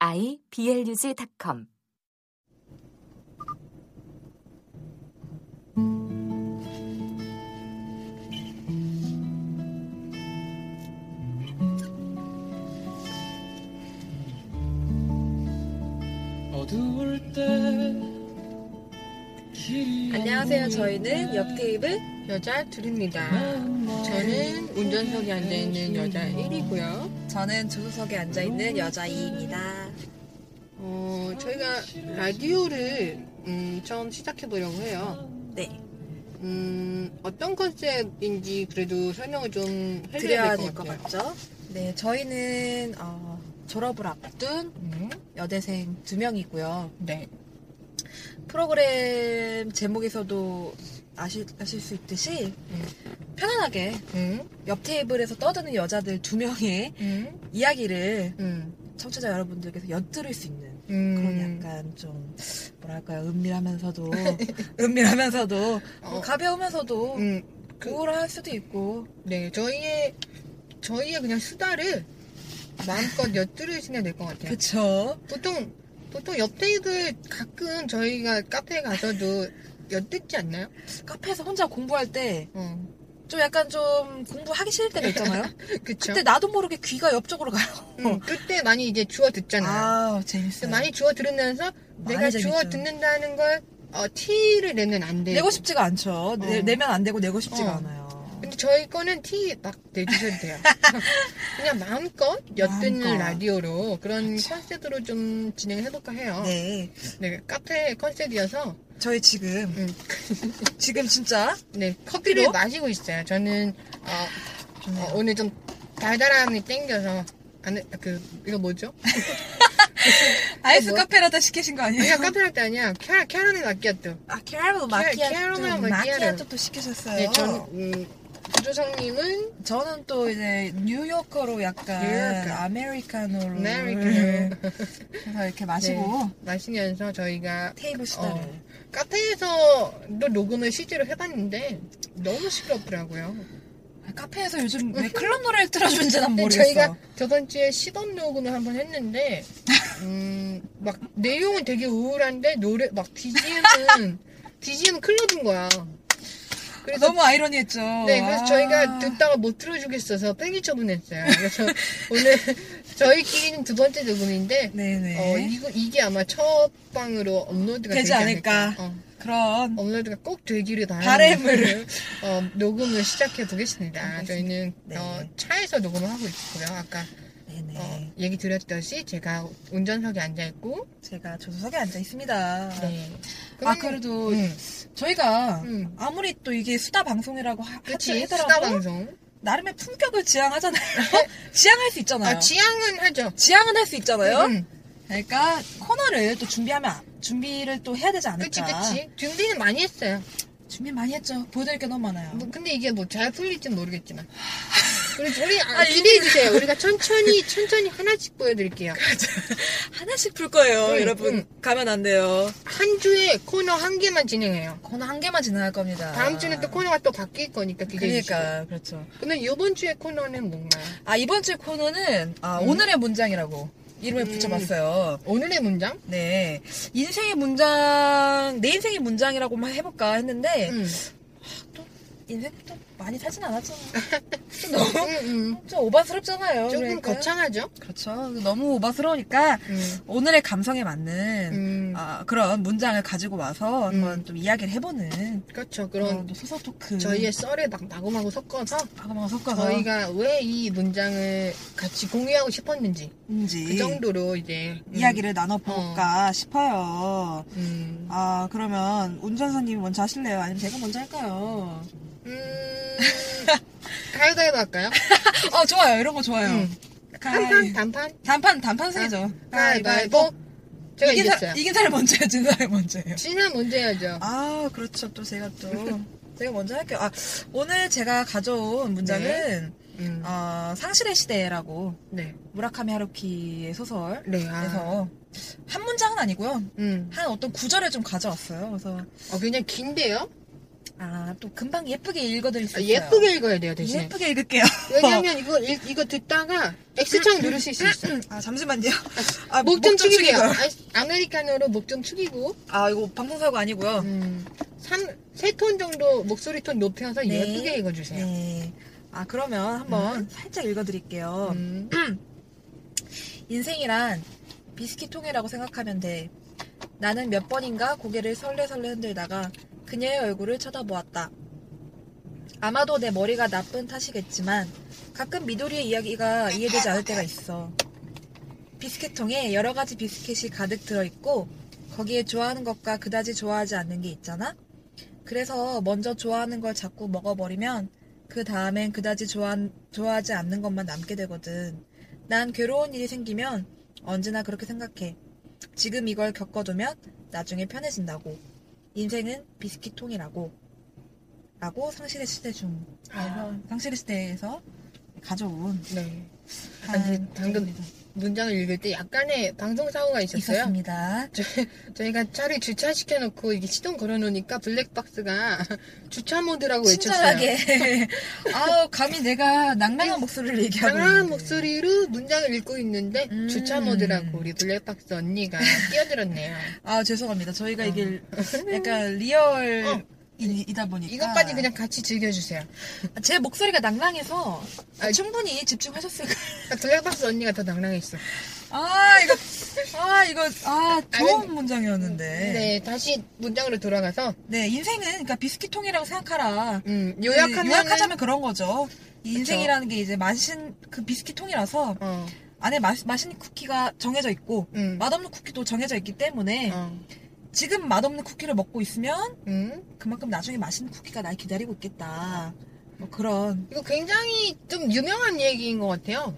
iblog.com 어두울 때 길이 안녕하세요. 저희는 역테이블 여자 둘입니다. 네. 저는 운전석에 앉아있는 여자 1이고요. 저는 조수석에 앉아있는 여자 2입니다. 어, 저희가 라디오를 음, 처음 시작해보려고 해요. 네. 음, 어떤 컨셉인지 그래도 설명을 좀 드려야 해드려야 될 될 것 것 같아요. 같죠? 네, 저희는 어, 졸업을 앞둔 음, 여대생 두 명이고요. 네. 프로그램 제목에서도 아실, 아실 수 있듯이 편안하게 음, 옆 테이블에서 떠드는 여자들 두 명의 음, 이야기를 음, 청취자 여러분들께서 엿들을 수 있는 음. 그런 약간 좀 뭐랄까요 은밀하면서도 은밀하면서도 뭐 어. 가벼우면서도 음, 그- 우울할 수도 있고 네. 저희의, 저희의 그냥 수다를 마음껏 엿들으시면 될 것 같아요. 그쵸 보통, 보통 옆 테이블 가끔 저희가 카페에 가서도 엿듣지 않나요? 카페에서 혼자 공부할 때 좀 어, 약간 좀 공부하기 싫을 때가 있잖아요 그쵸. 그때 나도 모르게 귀가 옆쪽으로 가요 음, 그때 많이 이제 주워 듣잖아요. 아 그래서 재밌어요 많이 주워 들으면서 많이 내가 재밌죠. 주워 듣는다는 걸 어, 티를 내면 안 돼요. 내고 싶지가 않죠 내, 어. 내면 안 되고 내고 싶지가 어. 않아요 근데 저희 거는 티 막 내주셔도 돼요. 그냥 마음껏 엿듣는 마음껏. 라디오로 그런 컨셉으로 좀 진행해볼까 해요. 네. 네 카페 컨셉이어서 저희 지금 음. 지금 진짜 네, 커피를 커피로? 마시고 있어요. 저는 어, 좋네요. 어, 오늘 좀 달달함이 땡겨서 안, 그 이거 뭐죠? 아이스 뭐야? 카페라다 시키신 거 아니에요? 그냥 카페 라떼 아니야. 캐러, 캐러는 아끼었죠. 아, 캐러멜 캐러멜 마키아토. 마키아토. 마키아토도 시키셨어요. 네, 저는 음, 구조성님은 저는 또 이제 뉴요커로 약간 뉴요커. 아메리카노로 아메리카노. 해서 이렇게 마시고 마시면서 저희가 테이블 수다를 어. 카페에서도 녹음을 실제로 해봤는데 너무 시끄럽더라고요. 아, 카페에서 요즘 왜 클럽 노래를 틀어주는지 난 근데 모르겠어. 네, 아, 저희가 저번 주에 시범 녹음을 한번 했는데 음, 막 내용은 되게 우울한데 노래 막 BGM은 BGM 클럽인 거야. 그래서 너무 아이러니했죠. 네, 그래서 아. 저희가 듣다가 못 들어주겠어서 폐기 처분했어요. 그래서 오늘 저희끼리는 두 번째 녹음인데 네네. 어, 이거, 이게 아마 첫 방으로 업로드가 되지 되지 않을까. 않을까. 어, 그런 업로드가 꼭 되기를 바라는 바램을. 어, 녹음을 시작해 보겠습니다. 저희는 네. 어, 차에서 녹음을 하고 있고요. 아까 네네. 어, 얘기 드렸듯이 제가 운전석에 앉아 있고. 제가 조수석에 앉아 있습니다. 네. 아 그래도 음, 저희가 음. 아무리 또 이게 수다 방송이라고 하, 그치 하더라도 수다 방송. 나름의 품격을 지향하잖아요. 지향할 수 네. 있잖아요. 아 지향은 하죠. 지향은 할 수 있잖아요. 음, 그러니까 코너를 또 준비하면 준비를 또 해야 되지 그치 않을까. 그치. 준비는 많이 했어요. 준비 많이 했죠. 보여드릴 게 너무 많아요. 뭐, 근데 이게 뭐 잘 풀릴진 모르겠지만. 우리, 우리, 아, 기대해 주세요. 그 우리가 천천히, 천천히 하나씩 보여드릴게요. 하나씩 풀 거예요, 응, 여러분. 가면 안 돼요. 한 주에 코너 한 개만 진행해요. 코너 한 개만 진행할 겁니다. 다음 주는 또 코너가 또 바뀔 거니까 기대해 주세요. 그러니까 그렇죠. 근데 이번 주에 코너는 뭔가요? 아 이번 주 코너는 아, 음. 오늘의 문장이라고 이름을 음. 붙여봤어요. 오늘의 문장? 네, 인생의 문장 내 인생의 문장이라고만 해볼까 했는데 응. 인생 또 많이 살진 않았잖아. 좀 너무 응, 응. 좀 오바스럽잖아요. 조금 그러니까요. 거창하죠? 그렇죠. 너무 오바스러우니까 응. 오늘의 감성에 맞는 음, 아, 그런 문장을 가지고 와서 음. 한번 좀 이야기를 해보는 그렇죠. 그런 그런 또 소속 토크. 저희의 썰에 막 마구마구 섞어서 방금 음. 섞어서 저희가 왜 이 문장을 같이 공유하고 싶었는지 인지 그 정도로 이제 음, 어. 이야기를 나눠볼까 싶어요. 음. 아 그러면 운전사님이 먼저 하실래요? 아니면 제가 먼저 할까요? 음, 가위바위보 할까요? 어 좋아요. 이런 거 좋아요. 음. 가위- 한판? 단판? 단판 아, 단판승이죠. 가위바위보 제가 이긴, 이겼어요. 사, 이긴 사람이 먼저예요, 진 사람이 먼저예요. 진사 먼저 해야죠. 아, 그렇죠. 또 제가 또. 제가 먼저 할게요. 아, 오늘 제가 가져온 문장은, 음. 어, 상실의 시대라고, 네. 무라카미 하루키의 소설에서, 네. 아. 한 문장은 아니고요. 음. 한 어떤 구절을 좀 가져왔어요. 그래서, 어, 그냥 긴데요? 아, 또 금방 예쁘게 읽어드릴 수 아, 있어요. 예쁘게 읽어야 돼요, 대신. 예쁘게 읽을게요. 왜냐면 이거, 읽- 이거 듣다가 X창 누르실 수 있어요. 아, 잠시만요. 아, 목 좀 축이고요. 축이세요. 아, 아메리카노로 목 좀 축이고, 아, 이거 방송사고 아니고요. 음, 3세톤 정도 목소리 톤 높여서 네. 예쁘게 읽어주세요. 네. 아, 그러면 한번 살짝 읽어드릴게요. 음, 인생이란 비스킷 통이라고 생각하면 돼. 나는 몇 번인가 고개를 설레설레 흔들다가 그녀의 얼굴을 쳐다보았다. 아마도 내 머리가 나쁜 탓이겠지만 가끔 미도리의 이야기가 이해되지 않을 때가 있어. 비스킷 통에 여러 가지 비스킷이 가득 들어있고 거기에 좋아하는 것과 그다지 좋아하지 않는 게 있잖아? 그래서 먼저 좋아하는 걸 자꾸 먹어버리면 그 다음엔 그다지 좋아, 좋아하지 않는 것만 남게 되거든. 난 괴로운 일이 생기면 언제나 그렇게 생각해. 지금 이걸 겪어두면 나중에 편해진다고. 인생은 비스킷 통이라고. 라고 상실의 시대 중. 아. 상실의 시대에서 가져온 네. 한 아, 근데 방금 내용입니다. 문장을 읽을 때 약간의 방송 사고가 있었어요. 있었습니다. 저희가 차를 주차시켜놓고 이게 시동 걸어놓으니까 블랙박스가 주차 모드라고 외쳤어요. 친절하게. 아우 감히 내가 낭만한 목소리를 얘기하고. 장난한 있는데. 목소리로 문장을 읽고 있는데 음. 주차 모드라고 우리 블랙박스 언니가 끼어들었네요. 아 죄송합니다. 저희가 어. 이게 약간 리얼. 어. 이- 이다 보니까 이것까지 그냥 같이 즐겨주세요. 제 목소리가 낭랑해서 아, 충분히 집중하셨을 거예요. 그러니까 블랙박스 언니가 더 낭랑했어. 아 이거 아 이거 아 좋은 아니, 문장이었는데 네. 네, 다시 문장으로 돌아가서 인생은 그러니까 비스킷통이라고 생각하라 음, 그, 요약하면 요약하자면 그런 거죠 이 인생이라는 게 이제 마신 그 비스킷통이라서 어, 안에 마, 맛있는 쿠키가 정해져 있고 음, 맛없는 쿠키도 정해져 있기 때문에 어, 지금 맛없는 쿠키를 먹고 있으면 음. 그만큼 나중에 맛있는 쿠키가 날 기다리고 있겠다 뭐 그런 이거 굉장히 좀 유명한 얘기인 것 같아요.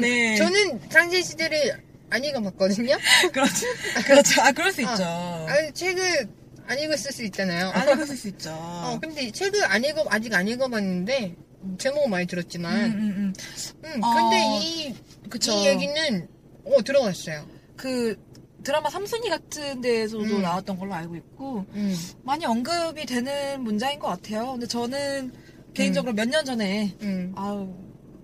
네 저는 상세 시대를 안 읽어봤거든요. 그렇죠 그렇죠 아 그럴 수 어. 있죠 아, 책을 안 읽었을 수 있잖아요. 안 읽었을 수 있죠 어, 근데 책을 안 읽어 아직 안 읽어봤는데 제목은 많이 음, 들었지만, 음, 음, 음. 근데 어, 이, 그쵸. 이 얘기는 어 들어갔어요. 그 드라마 삼순이 같은 데에서도 음. 나왔던 걸로 알고 있고 음, 많이 언급이 되는 문장인 것 같아요. 근데 저는 개인적으로 몇 년 전에 음. 아우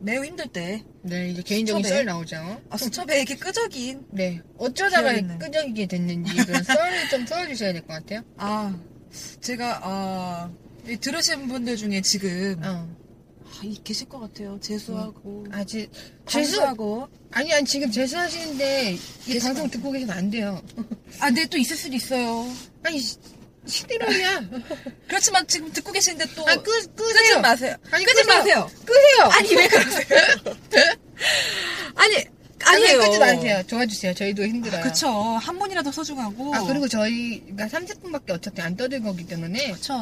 매우 힘들 때 네, 이제 개인적인 수첩에. 썰 나오죠. 아, 수첩에 이렇게 끄적인 네, 어쩌다가 기억이 나요. 끄적이게 됐는지 그 썰을 좀 풀어주셔야 될 것 같아요. 아 제가 아 이 들으신 분들 중에 지금 어. 아, 이 계실 것 음. 같아요. 재수하고 아, 제, 재수, 재수하고 아니, 아니, 지금 재수하시는데, 이 재수가 방송 듣고 계시면 안 돼요. 아 근데 또 있을 수도 있어요. 아니, 시- 시대로야. 그렇지만 지금 듣고 계신데 또 아, 끄, 어. 끄지 끄세요. 마세요. 아니, 끄지 끄세요. 마세요. 끄세요. 아니 왜 그러세요? 아니 아니, 아니에요. 아, 끄지 마세요. 도와주세요. 저희도 힘들어요. 그쵸. 한 번이라도 소중하고. 네. 아, 그리고 저희가 30분밖에 어차피 안 떠들 거기 때문에, 그쵸.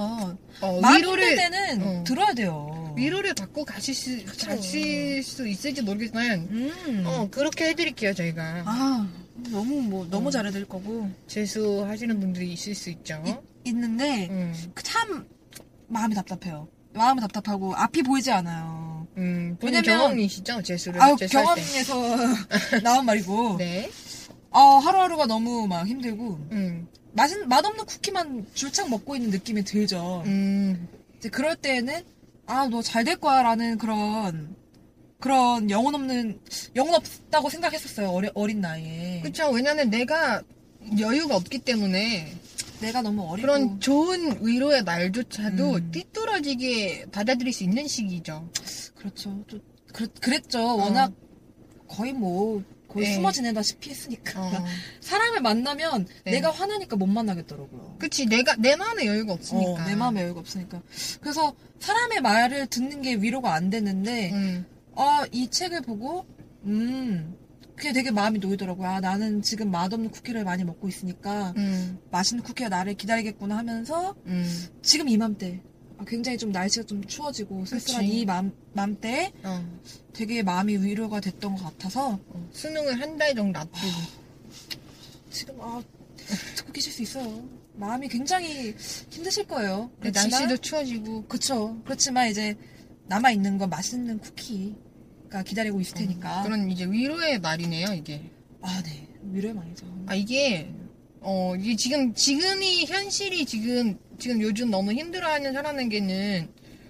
어, 마음 힘들 위로를, 때는 어. 들어야 돼요. 위로를 받고 가실 수, 그쵸. 가실 수 있을지 모르겠지만, 음. 어, 그렇게 해드릴게요, 저희가. 아 너무 뭐 너무 어. 잘해야 될 거고 재수하시는 분들이 있을 수 있죠. 있는데 그 음, 참 마음이 답답해요. 마음이 답답하고 앞이 보이지 않아요. 음, 본인 왜냐면- 경험이시죠? 재수를. 아우 재수할 때. 경험에서 나온 말이고. 네. 아 하루하루가 너무 막 힘들고 음, 맛 맛없는 쿠키만 줄창 먹고 있는 느낌이 들죠. 음. 이제 그럴 때에는 아 너 잘 될 거야라는 그런 그런 영혼 없는 영혼 없다고 생각했었어요 어리, 어린 나이에 그쵸. 왜냐면 내가 여유가 없기 때문에 내가 너무 어리고 그런 좋은 위로의 날조차도 음. 띠뚤어지게 받아들일 수 있는 시기죠. 그렇죠 또 그, 랬죠 워낙 거의 뭐 거의 어. 네. 숨어 지내다시피 했으니까 어. 사람을 만나면 네. 내가 화나니까 못 만나겠더라고요 그치. 내가, 내 마음에 여유가 어, 없으니까. 내 마음에 여유가 없으니까 그래서 사람의 말을 듣는 게 위로가 안 되는데 음. 아, 이 책을 보고, 음, 그게 되게 마음이 놓이더라고요. 아, 나는 지금 맛없는 쿠키를 많이 먹고 있으니까 음. 맛있는 쿠키가 나를 기다리겠구나 하면서 음. 지금 이맘때 아, 굉장히 좀 날씨가 좀 추워지고 쓸쓸한 그치. 이 맘, 맘때에 어. 되게 마음이 위로가 됐던 것 같아서 아, 어. 수능을 한 달 정도 앞두고. 지금 아 듣고 계실 수 있어요. 마음이 굉장히 힘드실 거예요. 근데 그 네, 날씨도 추워지고 그쵸. 그렇지만 이제 남아 있는 건 맛있는 쿠키가 기다리고 있을 테니까. 어, 음, 그런 이제 위로의 말이네요 이게. 아 네. 위로의 말이죠. 아 이게 어 이게 지금 지금이 현실이 지금 지금 요즘 너무 힘들어하는 사람에게는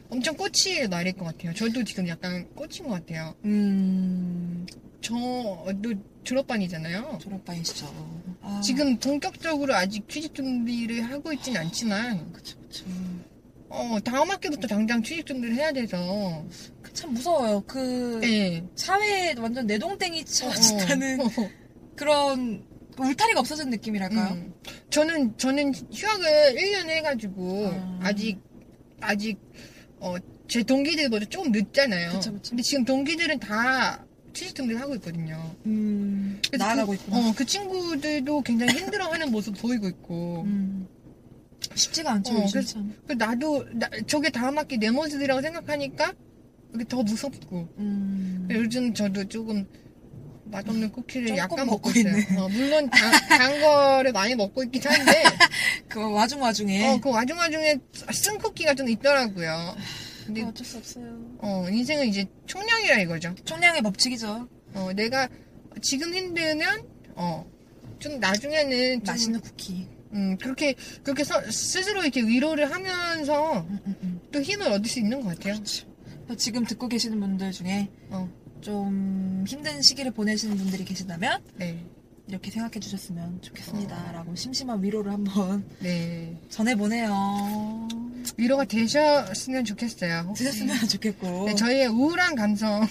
엄청 꽃이 날일 것 같아요. 저도 지금 약간 꽃인 것 같아요. 음 저도 졸업반이잖아요. 졸업반이시죠. 아, 지금 본격적으로 아직 취직 준비를 하고 있진 않지만 그쵸 그쵸. 어 다음 학기부터 당장 취직 준비를 해야 돼서 그참 무서워요. 그 네. 사회에 완전 내동댕이 쳐진다는 어, 어. 그런 울타리가 없어진 느낌이랄까요? 음. 저는 저는 휴학을 1년 해가지고 아. 아. 직 아직 어, 제 동기들보다 조금 늦잖아요. 그쵸, 그쵸. 근데 지금 동기들은 다 취직 준비를 하고 있거든요. 음, 그래서 나아가고 그, 있구나. 어, 그 친구들도 굉장히 힘들어하는 모습 보이고 있고. 음. 쉽지가 않죠. 어, 요즘 그래서- 참. 그 나도 나- 저게 다음 학기 내 모습이라고 생각하니까 이게 더 무섭고. 음. 요즘 저도 조금 맛없는 쿠키를 조금 약간 먹고 먹고 있어요. 있네. 어, 물론 단, 단 거를 많이 먹고 있긴 한데. 그 와중 와중에 어, 그 와중와중에 쓴 쿠키가 좀 있더라고요. 근데, 어쩔 수 없어요. 어, 인생은 이제 총량이라 이거죠. 총량의 법칙이죠. 어, 내가 지금 힘들면, 어, 좀 나중에는 좀, 맛있는 쿠키. 음, 그렇게, 그렇게 서- 스스로 이렇게 위로를 하면서 음, 음, 음. 또 힘을 얻을 수 있는 것 같아요. 그래서 지금 듣고 계시는 분들 중에 어. 좀 힘든 시기를 보내시는 분들이 계신다면 네. 이렇게 생각해 주셨으면 좋겠습니다. 라고 심심한 위로를 한번 네. 전해보네요. 위로가 되셨으면 좋겠어요. 혹시. 드셨으면 좋겠고. 어, 네, 저희의 우울한 감성,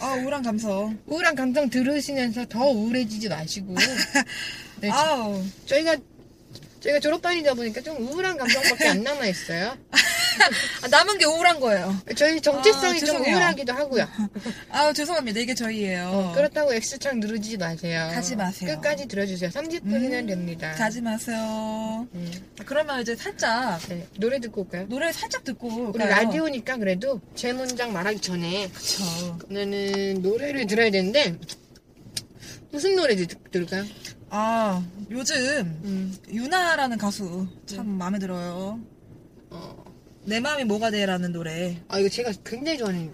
아, 우울한 감성. 우울한 감성 들으시면서 더 우울해지지 마시고. 네, 아우. 저희가 저희가 졸업반이다 보니까 좀 우울한 감정밖에 안 남아 있어요. 아, 남은 게 우울한 거예요. 저희 정체성이 아, 좀 죄송해요. 우울하기도 하고요. 어, 아우, 죄송합니다. 이게 저희예요. 그렇다고 X창 누르지 마세요. 가지 마세요. 끝까지 들어주세요. 30분이면 음, 됩니다. 가지 마세요. 음, 그러면 이제 살짝 네, 노래 듣고 올까요? 노래 살짝 듣고 우리 라디오니까 그래도 제 문장 말하기 전에 그쵸. 오늘은 노래를 들어야 되는데 무슨 노래 들, 들을까요? 아 요즘 음, 유나라는 가수 참 마음에 들어요. 네. 어, 내 마음이 뭐가 돼라는 노래 아 이거 제가 굉장히 좋아하는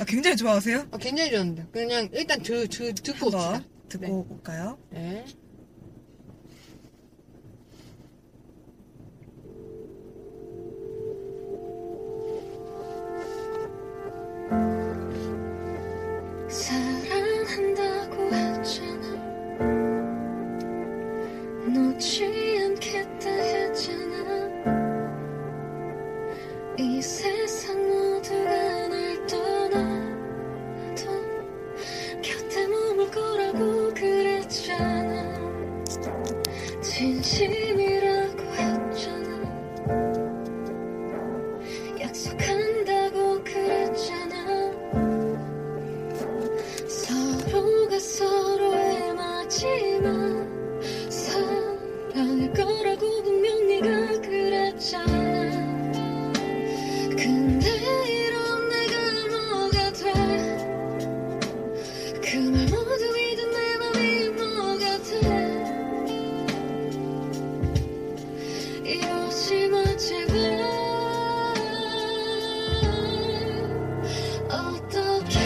아, 굉장히 좋아하세요? 아, 굉장히 좋아합니다. 그냥 일단 드, 드, 듣고 옵시다. 한번 듣고 네. 올까요? 네. 사랑한다고 했잖아 놓지 않겠다 했잖아 이 세상 모두가 날 떠나도 곁에 머물 거라고 그랬잖아 진심이라고 했잖아 약속한다고 그랬잖아 서로가 서로의 마지막 사랑일 거라고 분명 네가 그랬잖아 근데 이런 내가 뭐가 돼그 말 모두 잊은 내 맘이 뭐가 돼 이러지 마 제발 어떻게든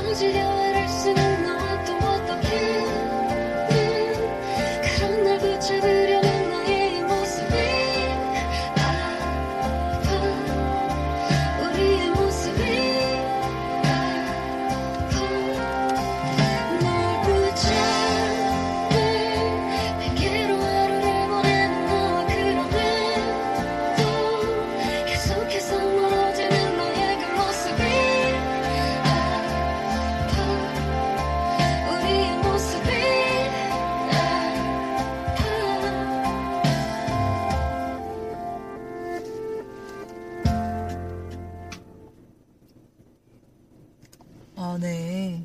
멀어지려 애를 쓰는 너와 또 어떻게든 그런 날 붙잡으려는 나의 이 모습이 아파 우리의 모습이 아파 널 붙잡을 핑계로 하루를 보내는 너와 그러면 또 계속해서 멀어지는 너의 그 모습이 아파 우리의 모습이 아파 아 네.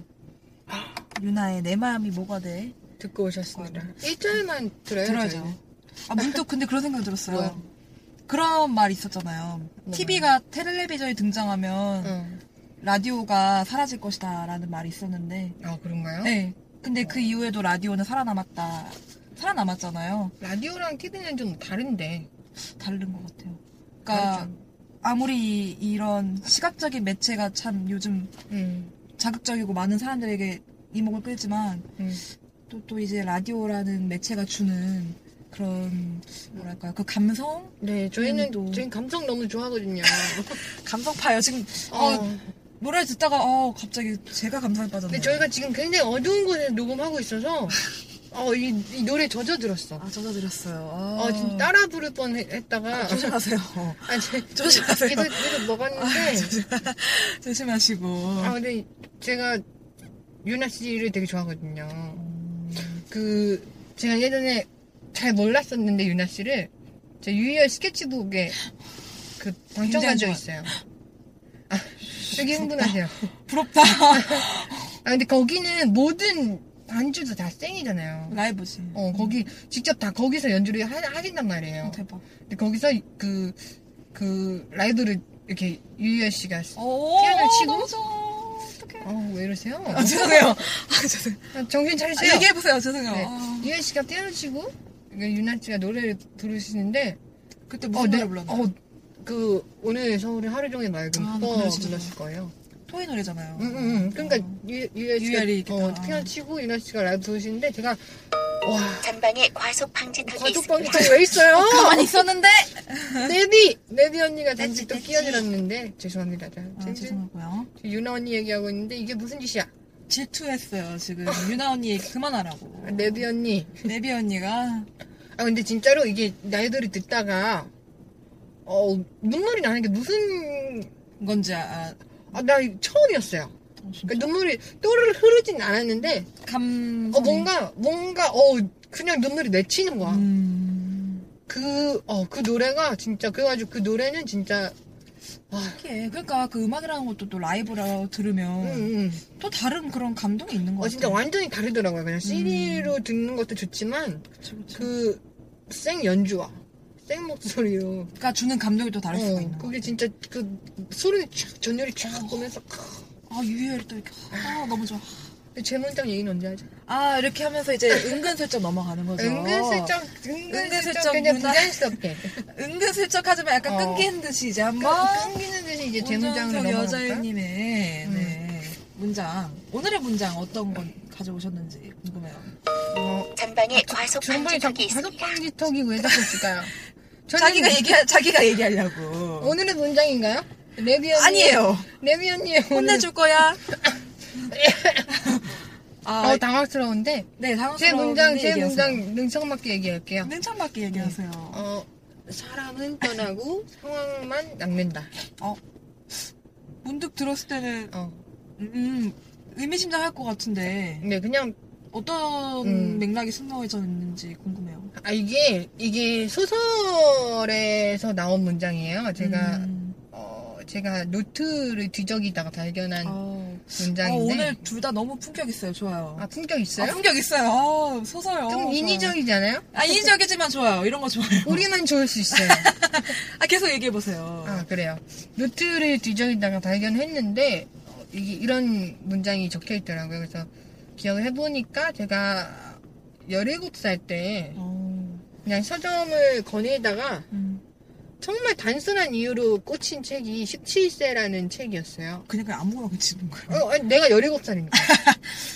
유나의 내 마음이 뭐가 돼? 듣고 오셨습니다. 1절만 들어요. 들어야죠. 저희는? 아 문득 근데 그런 생각이 들었어요. 네, 뭐요? 그런 말 있었잖아요. 네. TV가 텔레비전에 등장하면 어. 라디오가 사라질 것이다라는 말이 있었는데 아, 그런가요? 네. 근데 그 이후에도 라디오는 살아남았다. 살아남았잖아요. 라디오랑 TV는 좀 다른데. 다른 것 같아요. 그러니까 다르죠. 아무리 이런 시각적인 매체가 참 요즘 음, 자극적이고 많은 사람들에게 이목을 끌지만 음. 또 또 이제 라디오라는 매체가 주는 그런 뭐랄까요 그 감성 네, 저희는 음, 또. 저희 감성 너무 좋아하거든요. 감성파요 지금 어, 어, 노래 듣다가 어 갑자기 제가 감성에 근데 빠졌네요. 저희가 지금 굉장히 어두운 곳에서 녹음하고 있어서 어, 이, 이 노래 젖어 들었어. 아 저도 들었어요. 아, 어, 지금 따라 부를 뻔 했- 했다가 조심하세요. 아, 제, 조심하세요. 계속 계속 먹었는데 조심하시고. 아, 근데 제가 유나 씨를 되게 좋아하거든요. 그 제가 예전에 잘 몰랐었는데 유나 씨를 제 유희열 스케치북에 그 당첨한 굉장히 적 좋아. 있어요. 아, 되게 흥분하세요. 부럽다. 아 근데 거기는 모든 반주도 다 생이잖아요. 라이브지. 어 거기 직접 다 거기서 연주를 하, 하신단 말이에요. 어, 대박. 근데 거기서 그 그 라이브를 이렇게 유희열 씨가 오, 어, 피아노를 치고? 너무 좋아. 어떡해. 어왜 이러세요? 아, 죄송해요. 아, 죄송해요. 아, 정신 차리세요. 아, 얘기해보세요. 죄송해요. 네. 아, 유현 씨가 피아노 치고 그러니까 유나 씨가 노래를 부르시는데 그때 무슨 노래 불렀나? 어, 그 오늘 서울의 하루 종일 맑은 아, 거 노래 진짜 불렀을 거예요. 토이 노래잖아요. 응응. 그러니까 어. 유- 유현 유열이 씨가 어, 이렇게 다. 피아노 치고 유나 씨가 라이브 부르시는데 제가 와 전방에 과속 방지턱이 가족 있습니다. 방이 왜 있어요? 가만히 있었는데. 네디 네디 언니가 잠시 됐지, 또 됐지. 끼어들었는데 죄송합니다. 자, 아, 지금 죄송하고요. 유나 언니 얘기하고 있는데 이게 무슨 짓이야? 질투했어요. 지금 유나 언니 얘기 그만하라고. 아, 네디 언니. 네비 언니가 아 근데 진짜로 이게 나이들이 듣다가 어 눈물이 나는 게 무슨 뭔지 아, 아 아, 나 이거 처음이었어요. 어, 진짜? 그러니까 눈물이 또르르 흐르진 않았는데, 감. 어, 뭔가, 뭔가, 어, 그냥 눈물이 맺히는 거야. 음. 그, 어, 그 노래가 진짜, 그래가지고 그 노래는 진짜, 특히 그러니까 그 음악이라는 것도 또 라이브로 음, 들으면 음. 또 다른 그런 감동이 있는 것 어, 같아요. 음. 진짜 완전히 다르더라고요. 그냥 CD로 듣는 것도 좋지만, 그쵸, 그쵸. 그, 생 연주와, 생 목소리로. 그러니까 주는 감동이 또 다를 수가 있는 어, 거. 그게 진짜, 그, 소리 촥, 전율이 촥 오면서, 크. 아 유희열이 또 이렇게 아 너무 좋아. 근데 제 문장 얘기는 언제 하죠? 아 이렇게 하면서 이제 은근슬쩍 넘어가는 거죠. 은근슬쩍, 은근슬쩍, 은근슬쩍 뭐? 그냥 누나. 부자연스럽게. 은근슬쩍 하지만 약간 어. 끊긴 듯이 이제 한번 그러니까 그 끊기는 듯이 이제 제 문장으로 문장석 넘어갈까? 여자인님의 음. 네. 문장 오늘의 문장 어떤 건 가져오셨는지 궁금해요. 어, 전방에 과속 주름발이 자꾸 방지턱이 가족 있습니다. 방지턱이 왜 자꾸 있을까요? 저는 자기가 얘기 자기가 얘기하려고. 오늘의 문장인가요? 레비 언니 아니에요. 레비 언니의 오늘 혼내줄 거야. 아, 어, 당황스러운데 네, 당황스러운 제 문장 제 얘기하세요. 네. 문장 능청맞게 얘기할게요. 냉창밖에 얘기하세요. 어 사람은 떠나고 상황만 남는다. 문득 들었을 때는 어, 음, 의미심장할 것 같은데 네 그냥 어떤 음. 맥락이 숨어져 있는지 궁금해요. 아 이게 이게 소설에서 나온 문장이에요. 제가 음. 어 제가 노트를 뒤적이다가 발견한 어, 어, 문장인데 오늘 둘 다 너무 품격 있어요. 좋아요. 아 품격 있어요? 아, 품격 있어요. 아, 소설. 좀 어, 좋아요. 인위적이지 않아요? 아, 인위적이지만 좋아요. 이런 거 좋아요. 우리만 좋을 수 있어요. 아, 계속 얘기해 보세요. 아 그래요. 노트를 뒤적이다가 발견했는데 어, 이게 이런 문장이 적혀 있더라고요. 그래서 기억을 해보니까 제가 17살 때 어, 그냥 서점을 거닐다가 음. 정말 단순한 이유로 꽂힌 책이 17세라는 책이었어요. 그러니까 아무거나 그치는 거예요. 어, 아니, 내가 17살이니까.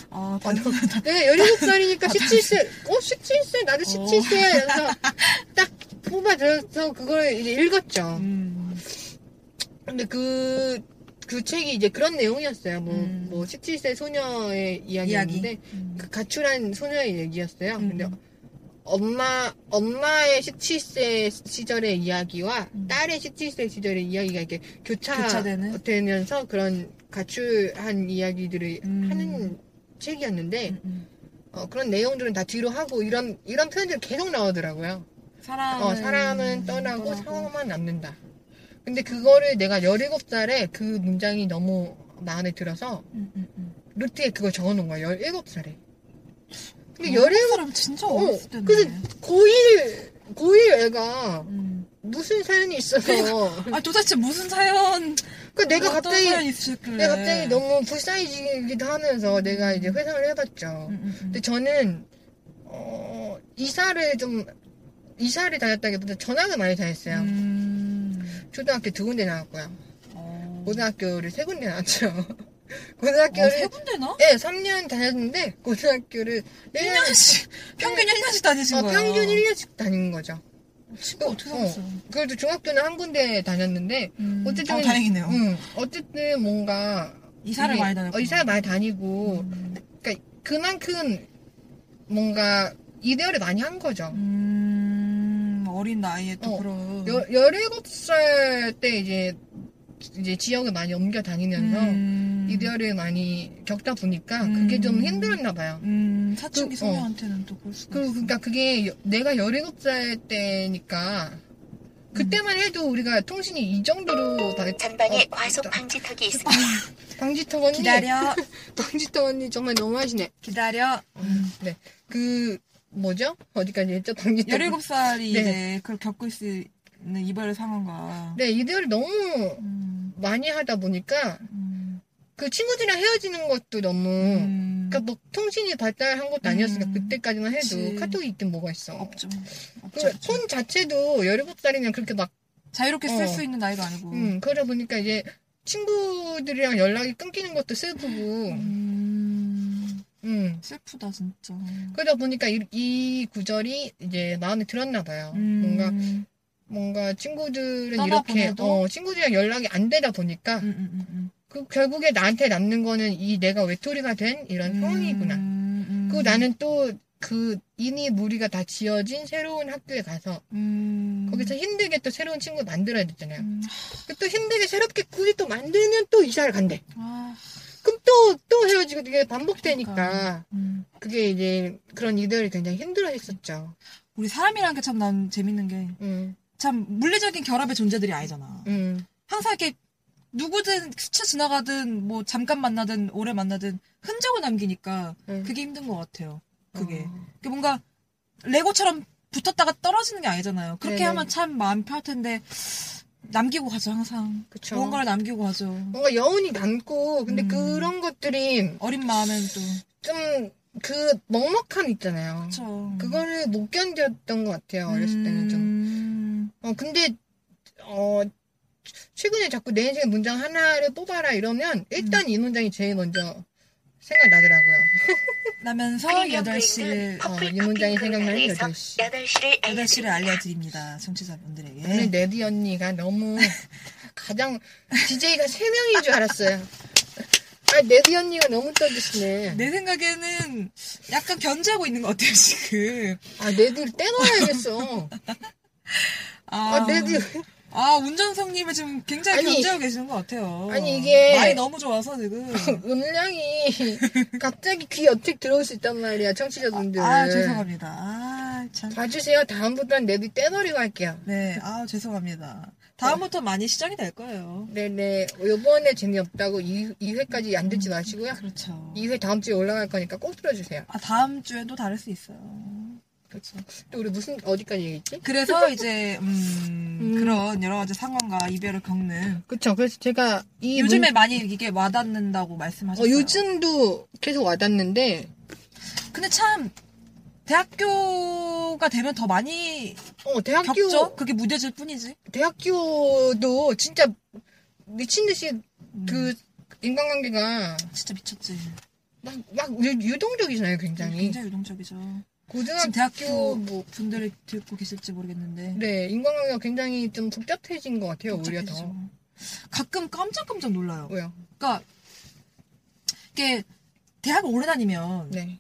아, 단순- 내가 네, 17살이니까 17세, 어, 17세? 나도 17세야. 그래서 딱 뽑아들여서 그걸 이제 읽었죠. 음. 근데 그, 그 책이 이제 그런 내용이었어요. 뭐, 음. 뭐, 17세 소녀의 이야기였는데, 음. 그 가출한 소녀의 얘기였어요. 음. 근데 엄마, 엄마의 17세 시절의 이야기와 음. 딸의 17세 시절의 이야기가 이렇게 교차되는? 교차되면서 그런 가출한 이야기들을 음. 하는 책이었는데, 음, 음. 어, 그런 내용들은 다 뒤로 하고, 이런, 이런 표현들이 계속 나오더라고요. 사람은, 어, 사람은 떠나고, 상황만 남는다. 근데 그거를 내가 17살에 그 문장이 너무 마음에 들어서 음, 음, 음. 루트에 그걸 적어놓은 거야, 17살에. 근데 어, 17살, 사람 진짜 어, 어렸을 때네. 그래서 고1, 고1 애가 음. 무슨 사연이 있어서 아 도대체 무슨 사연? 그 내가 어떤 갑자기 사연 있으셨길래? 내가 갑자기 너무 불쌍해지기도 하면서 내가 이제 회상을 해봤죠. 음, 음, 음. 근데 저는 어, 이사를 좀 이사를 다녔다기보다 전학을 많이 다녔어요. 음. 초등학교 두 군데 나왔고요. 어. 고등학교를 세 군데 나왔죠. 어, 세 고등학교를 군데나? 예, 3년 다녔는데 고등학교를 1년 1년씩 평균 1년씩 다니신 어, 거야. 평균 1년씩 다닌 거죠. 친구 어떻게 어. 사귀었어? 그래도 중학교는 한 군데 다녔는데 음. 어쨌든 어, 다행이네요. 음, 어쨌든 뭔가 이사를 이게- 많이 음. 다녔고. 어, 이사를 많이 다니고 그만큼 뭔가 이대화를 많이 한 거죠. 음, 어린 나이에 또 어, 그런. 여, 17살 때 이제, 이제 지역을 많이 옮겨 다니면서 음. 이별을 많이 겪다 보니까 음. 그게 좀 힘들었나 봐요. 음, 사춘기 그, 어. 소녀한테는 또 그럴 수가 그리고 있어. 그러니까 그게 여- 내가 17살 때니까 그때만 해도 우리가 통신이 이 정도로 다 전방에 어, 과속 다- 방지턱이 있습니다. 방지턱 언니 기다려, 방지턱 언니 정말 너무하시네. 기다려. 네. 그 뭐죠? 어디까지 했죠? 방지턱. 17살이 네. 이제 그걸 겪을 수 있는 이별 상황과. 네, 이별을 너무 음, 많이 하다 보니까 음, 그 친구들이랑 헤어지는 것도 너무 음. 그러니까 뭐 통신이 발달한 것도 아니었으니까 음. 그때까지만 해도 그치. 카톡이 있긴 뭐가 있어. 없죠. 없죠. 그 없죠. 폰 자체도 17살이면 그렇게 막, 자유롭게 쓸 어. 수 있는 나이가 아니고. 음, 그러다 보니까 이제 친구들이랑 연락이 끊기는 것도 슬프고, 음, 음. 슬프다, 진짜. 그러다 보니까 이, 이 구절이 이제 마음에 들었나 봐요. 음. 뭔가, 뭔가 친구들은 이렇게, 떠나보내도? 어, 친구들이랑 연락이 안 되다 보니까, 음, 음, 음, 그 결국에 나한테 남는 거는 이 내가 외톨이가 된 이런 음. 상황이구나. 음, 음. 그리고 나는 또, 그 이미 무리가 다 지어진 새로운 학교에 가서 음. 거기서 힘들게 또 새로운 친구 만들어야 되잖아요. 음. 그또 힘들게 새롭게 굳이 또 만들면 또 이사를 간대. 아, 그럼 또, 또 헤어지고 이게 반복되니까. 음. 그게 이제 그런 이들이 굉장히 힘들어 했었죠. 우리 사람이란 게 참 난 재밌는 게 참 음, 물리적인 결합의 존재들이 아니잖아. 음, 항상 이렇게 누구든 스쳐 지나가든 뭐 잠깐 만나든 오래 만나든 흔적을 남기니까 음. 그게 힘든 것 같아요. 그게 어. 그게 뭔가 레고처럼 붙었다가 떨어지는 게 아니잖아요. 그렇게 네네. 하면 참 마음 편할 텐데 남기고 가죠 항상 그쵸. 무언가를 남기고 가죠. 뭔가 여운이 남고, 근데 음. 그런 것들이 어린 마음엔 또 좀 그 먹먹함 있잖아요. 그렇죠. 거를못 견뎠던 것 같아요. 음. 어렸을 때는 좀. 좀 어, 근데, 어, 최근에 자꾸 내 인생 문장 하나를 뽑아라 이러면 일단 이 문장이 제일 먼저 생각나더라고요. 나면서 프리미엄 8시에 브랜드 어, 퍼플 이 커피 문장이 생각나는 그 코리아에서 8시. 8시를 8시를 알려드립니다. 알려드립니다. 청취자분들에게. 오늘 레디 언니가 너무 가장 DJ가 세명인줄 알았어요. 아, 레디 언니가 너무 떠드시네. 내 생각에는 약간 견제하고 있는 것 같아요, 지금. 아, 레디를 떼놓아야겠어. 아, 아, 레디. 아, 운전성님이 지금 굉장히 아니, 견제하고 계시는 것 같아요. 아니, 이게- 말이 너무 좋아서 지금. 음량이 갑자기 귀 여택 들어올 수 있단 말이야, 청취자분들. 아, 죄송합니다. 아, 참. 봐주세요. 다음부터는 레디 떼버리고 할게요. 네, 아, 죄송합니다. 네. 다음부터 많이 시작이 될 거예요. 네네. 요번에 재미없다고 2, 회까지안 듣지 마시고요. 그렇죠. 2회 다음 주에 올라갈 거니까 꼭 들어주세요. 아, 다음 주엔 또 다를 수 있어요. 그렇죠. 또 우리 무슨, 어디까지 얘기했지? 그래서 이제, 음, 음. 그런 여러 가지 상황과 이별을 겪는 그쵸. 그래서 제가 이 요즘에 문- 많이 이게 와닿는다고 말씀하셨어요. 어, 요즘도 계속 와닿는데, 근데 참 대학교가 되면 더 많이 어, 대학교, 겪죠. 그게 무뎌질 뿐이지. 대학교도 진짜 미친 듯이 음, 그 인간관계가 진짜 미쳤지. 막, 막 유- 유동적이잖아요, 굉장히. 음, 굉장히 유동적이죠. 지금 고등학교, 대학교 뭐, 분들이 듣고 계실지 모르겠는데. 네, 인간관계가 굉장히 좀 복잡해진 것 같아요, 오히려 더. 복잡해지죠. 가끔 깜짝깜짝 놀라요. 왜요? 그러니까 이게 대학을 오래 다니면 네.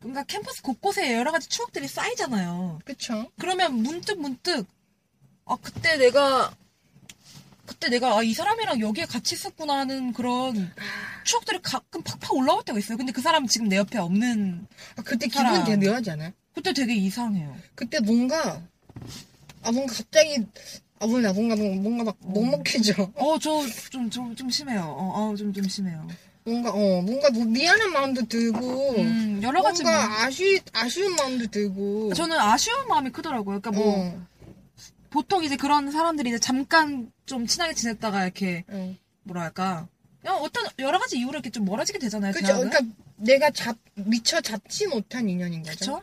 뭔가 캠퍼스 곳곳에 여러 가지 추억들이 쌓이잖아요. 그쵸? 그러면 문득 문득 아 그때 내가 그때 내가 아, 이 사람이랑 여기에 같이 있었구나 하는 그런 추억들이 가끔 팍팍 올라올 때가 있어요. 근데 그 사람은 지금 내 옆에 없는 아, 그때 사람. 기분 되게 묘하지 않아요? 그때 되게 이상해요. 그때 뭔가, 아, 뭔가 갑자기, 아, 몰라, 뭔가, 뭔가, 뭔가 막 먹먹해져. 어 저 좀 좀 좀 심해요. 어좀좀 심해요. 뭔가, 어, 뭔가 뭐 미안한 마음도 들고, 음 여러 가지 뭐, 뭔가 아쉬, 아쉬운 마음도 들고. 저는 아쉬운 마음이 크더라고요. 그러니까 뭐 어. 보통 이제 그런 사람들이 이제 잠깐 좀 친하게 지냈다가 이렇게 응. 뭐랄까 그냥 어떤 여러 가지 이유로 이렇게 좀 멀어지게 되잖아요. 그쵸. 대화가. 그러니까 내가 잡 미처 잡지 못한 인연인 거죠. 그쵸?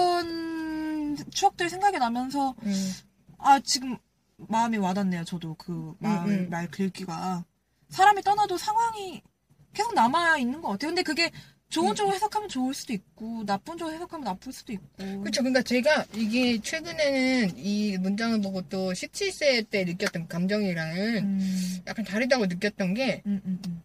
그런 추억들이 생각이 나면서 음. 아 지금 마음이 와닿네요. 저도 그 말, 음, 음. 말 글귀가 사람이 떠나도 상황이 계속 남아 있는 것 같아요. 근데 그게 음. 좋은 쪽으로 해석하면 좋을 수도 있고 나쁜 쪽으로 해석하면 나쁠 수도 있고. 그렇죠. 그러니까 제가 이게 최근에는 이 문장을 보고 또 17세 때 느꼈던 감정이랑은 음, 약간 다르다고 느꼈던 게 음, 음, 음.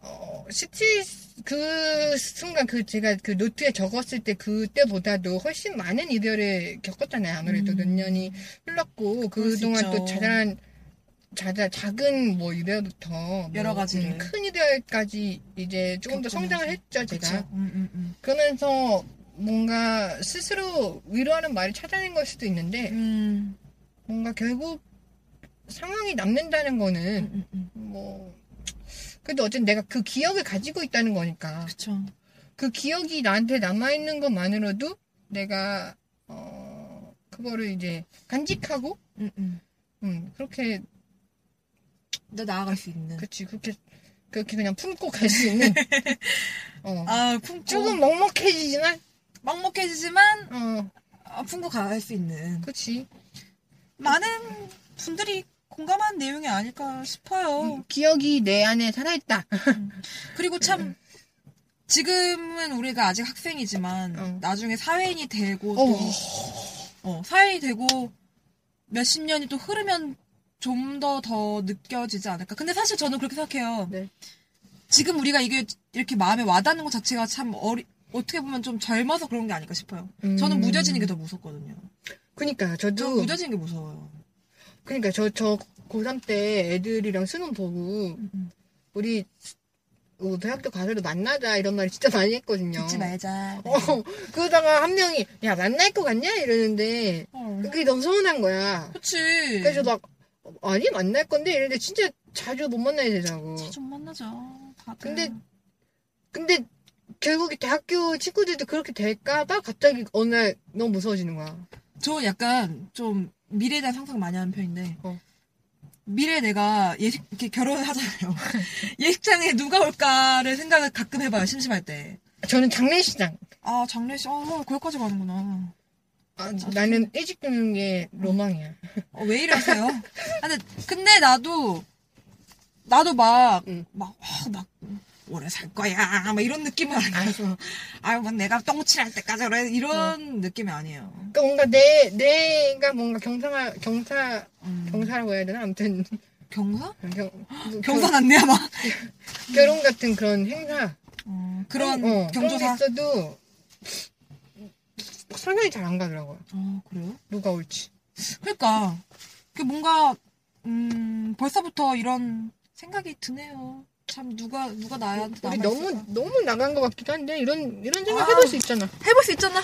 어, 17, 그 순간 그 제가 그 노트에 적었을 때 그때보다도 훨씬 많은 이별을 겪었잖아요. 아무래도 음. 몇 년이 흘렀고 그럴 수 그동안 있죠. 또 자잘한 자자 작은 뭐 이별부터 여러 뭐, 가지를. 음, 큰 이별까지 이제 조금 더 네. 겪으면서. 성장을 했죠 제가 그쵸? 음, 음, 음. 그러면서 뭔가 스스로 위로하는 말을 찾아낸 걸 수도 있는데 음, 네. 뭔가 결국 상황이 남는다는 거는 음, 음, 음. 뭐 근데 어쨌든 내가 그 기억을 가지고 있다는 거니까 그쵸. 음, 그 기억이 나한테 남아 있는 것만으로도 내가 어 그거를 이제 간직하고 음, 음. 음 그렇게 더 나아갈 수 있는. 그치 그렇게 그렇게 그냥 품고 갈 수 있는 어 아, 품고. 조금 먹먹해지지만 먹먹해지지만 어 아, 품고 가갈 수 있는. 그치 많은 분들이 공감한 내용이 아닐까 싶어요. 음, 기억이 내 안에 살아있다 그리고 참 지금은 우리가 아직 학생이지만 어. 나중에 사회인이 되고 어. 또 어, 사회인이 되고 몇십 년이 또 흐르면 좀 더 더 느껴지지 않을까. 근데 사실 저는 그렇게 생각해요. 네. 지금 우리가 이게 이렇게 마음에 와닿는 것 자체가 참 어리 어떻게 보면 좀 젊어서 그런 게 아닐까 싶어요. 음. 저는 무뎌지는 게 더 무섭거든요. 음. 그니까 저는 저도 무뎌지는 게 무서워요. 그니까 저 저 고3 때 애들이랑 수능 보고 우리 어, 대학교 가서도 만나자 이런 말 진짜 많이 했거든요. 말자. 어, 그러다가 한 명이 야 만날 것 같냐 이러는데 그게 너무 서운한 거야. 그치. 어. 그래서 막 어, 아니 만날 건데 이러는데 진짜 자주 못 만나게 되더라고. 좀 만나죠. 다들. 근데 근데 결국에 대학교 친구들도 그렇게 될까봐 갑자기 어느 날 너무 무서워지는 거야. 저 약간 좀 미래에 대한 상상 많이 하는 편인데 어. 미래에 내가 예식 이렇게 결혼을 하잖아요. 예식장에 누가 올까를 생각을 가끔 해봐요. 심심할 때. 저는 장례식장. 아 장례식 어 거기까지 가는구나. 아, 나는 일찍 죽는 게 로망이야. 어, 왜 이러세요? 아, 근데, 근데 나도 나도 막 응. 막, 어, 막 오래 살 거야 막 이런 느낌은 아니어서 아유 뭐 내가 똥칠할 때까지 그래 이런 느낌이 아니에요. 그러니까 뭔가 내 내가 뭔가 경사 경사 음. 경사라고 해야 되나 아무튼 경사? 경, 뭐 경사 났네요 막 결- 결혼 같은 그런 행사 그런 어, 그런 경조사. 게 있어도 설명이 잘 안 가더라고요. 아 그래요? 누가 올지. 그러니까 그 뭔가 음 벌써부터 이런 생각이 드네요. 참 누가 누가 나한테 우리 남아있을까? 너무 너무 나간 것 같기도 한데 이런 이런 생각 아. 해볼 수 있잖아. 해볼 수 있잖아.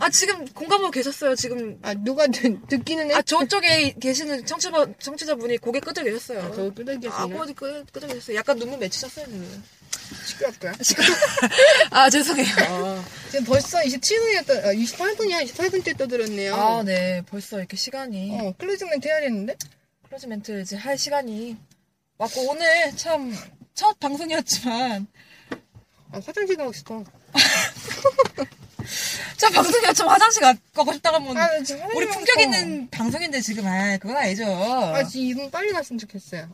아 지금 공감하고 계셨어요. 지금 아 누가 듣, 듣기는 해. 아 저쪽에 계시는 청취자 청취자분이 고개 끄덕이셨어요. 아, 저거 끄덕이겠어. 아, 고개 끄- 끄덕이셨어요. 약간 눈물 맺히셨어요. 지금. 시끄럽다. 아 죄송해요. 지금 벌써 27분이었다. 아, 28분이야. 28분째 떠들었네요. 아 네 벌써 이렇게 시간이 어 클로징 멘트 해야 되는데. 클로즈 멘트 이제 할 시간이 왔고 오늘 참 첫 방송이었지만 아 화장실 가고 싶어. 저 방송이 좀 화장실 가- 가고 싶다고 하면 아 지금 화장실 우리 가고 싶어. 품격 있는 방송인데 지금 아 그건 그러니까. 아니죠. 아 지금 이분 빨리 갔으면 좋겠어요.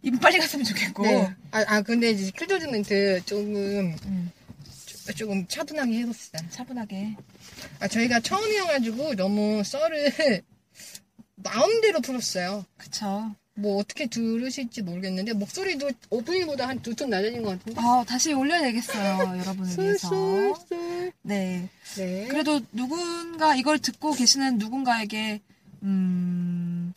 이분 빨리 갔으면 좋겠고. 네. 아, 아 근데 이제 클로즈 멘트 조금 음. 조- 조금 차분하게 해봅시다. 차분하게. 아, 저희가 처음이어가지고 너무 썰을 마음대로 풀었어요. 그쵸. 뭐 어떻게 들으실지 모르겠는데 목소리도 오프닝보다 한 두 톤 낮아진 것 같은데. 아, 다시 올려야 되겠어요. 여러분을 위해서. 솔솔솔. 네. 네. 그래도 누군가, 이걸 듣고 계시는 누군가에게, 음,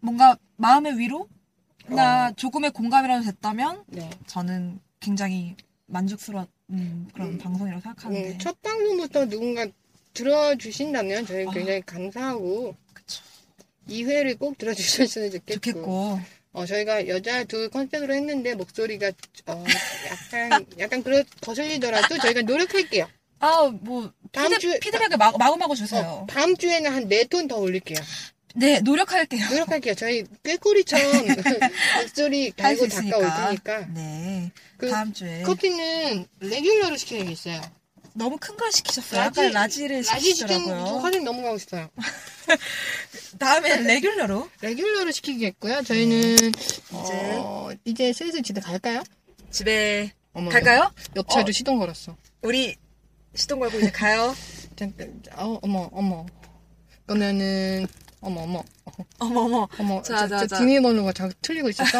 뭔가 마음의 위로나 어. 조금의 공감이라도 됐다면 네. 저는 굉장히 만족스러운 음, 그런 음. 방송이라고 생각하는데. 음, 첫 방송부터 누군가 들어주신다면 저희 아. 굉장히 감사하고 그쵸. 이 회를 꼭 들어주셨으면 좋겠고. 좋겠고. 어, 저희가 여자 두 컨셉으로 했는데 목소리가 어, 약간 약간 그래 거슬리더라도 저희가 노력할게요. 아, 뭐, 다음 피드, 주에- 피드백을 마, 마구마구 주세요. 어, 다음 주에는 한 네 톤 더 올릴게요. 네, 노력할게요. 노력할게요. 저희 꾀꼬리처럼 목소리 할수 달고 닦아올 있으니까. 테니까. 네. 그 다음 주에. 커피는 레귤러로 시키는 게 있어요. 너무 큰 걸 시키셨어요. 라지- 아까 라지를 라지 시키는 거 시키시더라고요. 화장 너무 가고 싶어요. 다음엔 레귤러로. 레귤러로 시키겠고요. 저희는 어, 이제 슬슬 집에 갈까요? 집에 어머, 갈까요? 옆차로 어. 시동 걸었어. 우리 시동 걸고 이제 가요. 잠깐, 어, 어머, 어머. 그러면은 어머, 어머, 어머 어머. 어머. 자, 자, 저, 저 자. 비밀번호가 자꾸 틀리고 있어서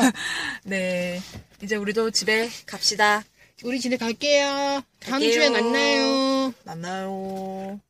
네. 이제 우리도 집에 갑시다. 우리 집에 갈게요. 다음 주에 갈게요. 만나요. 만나요.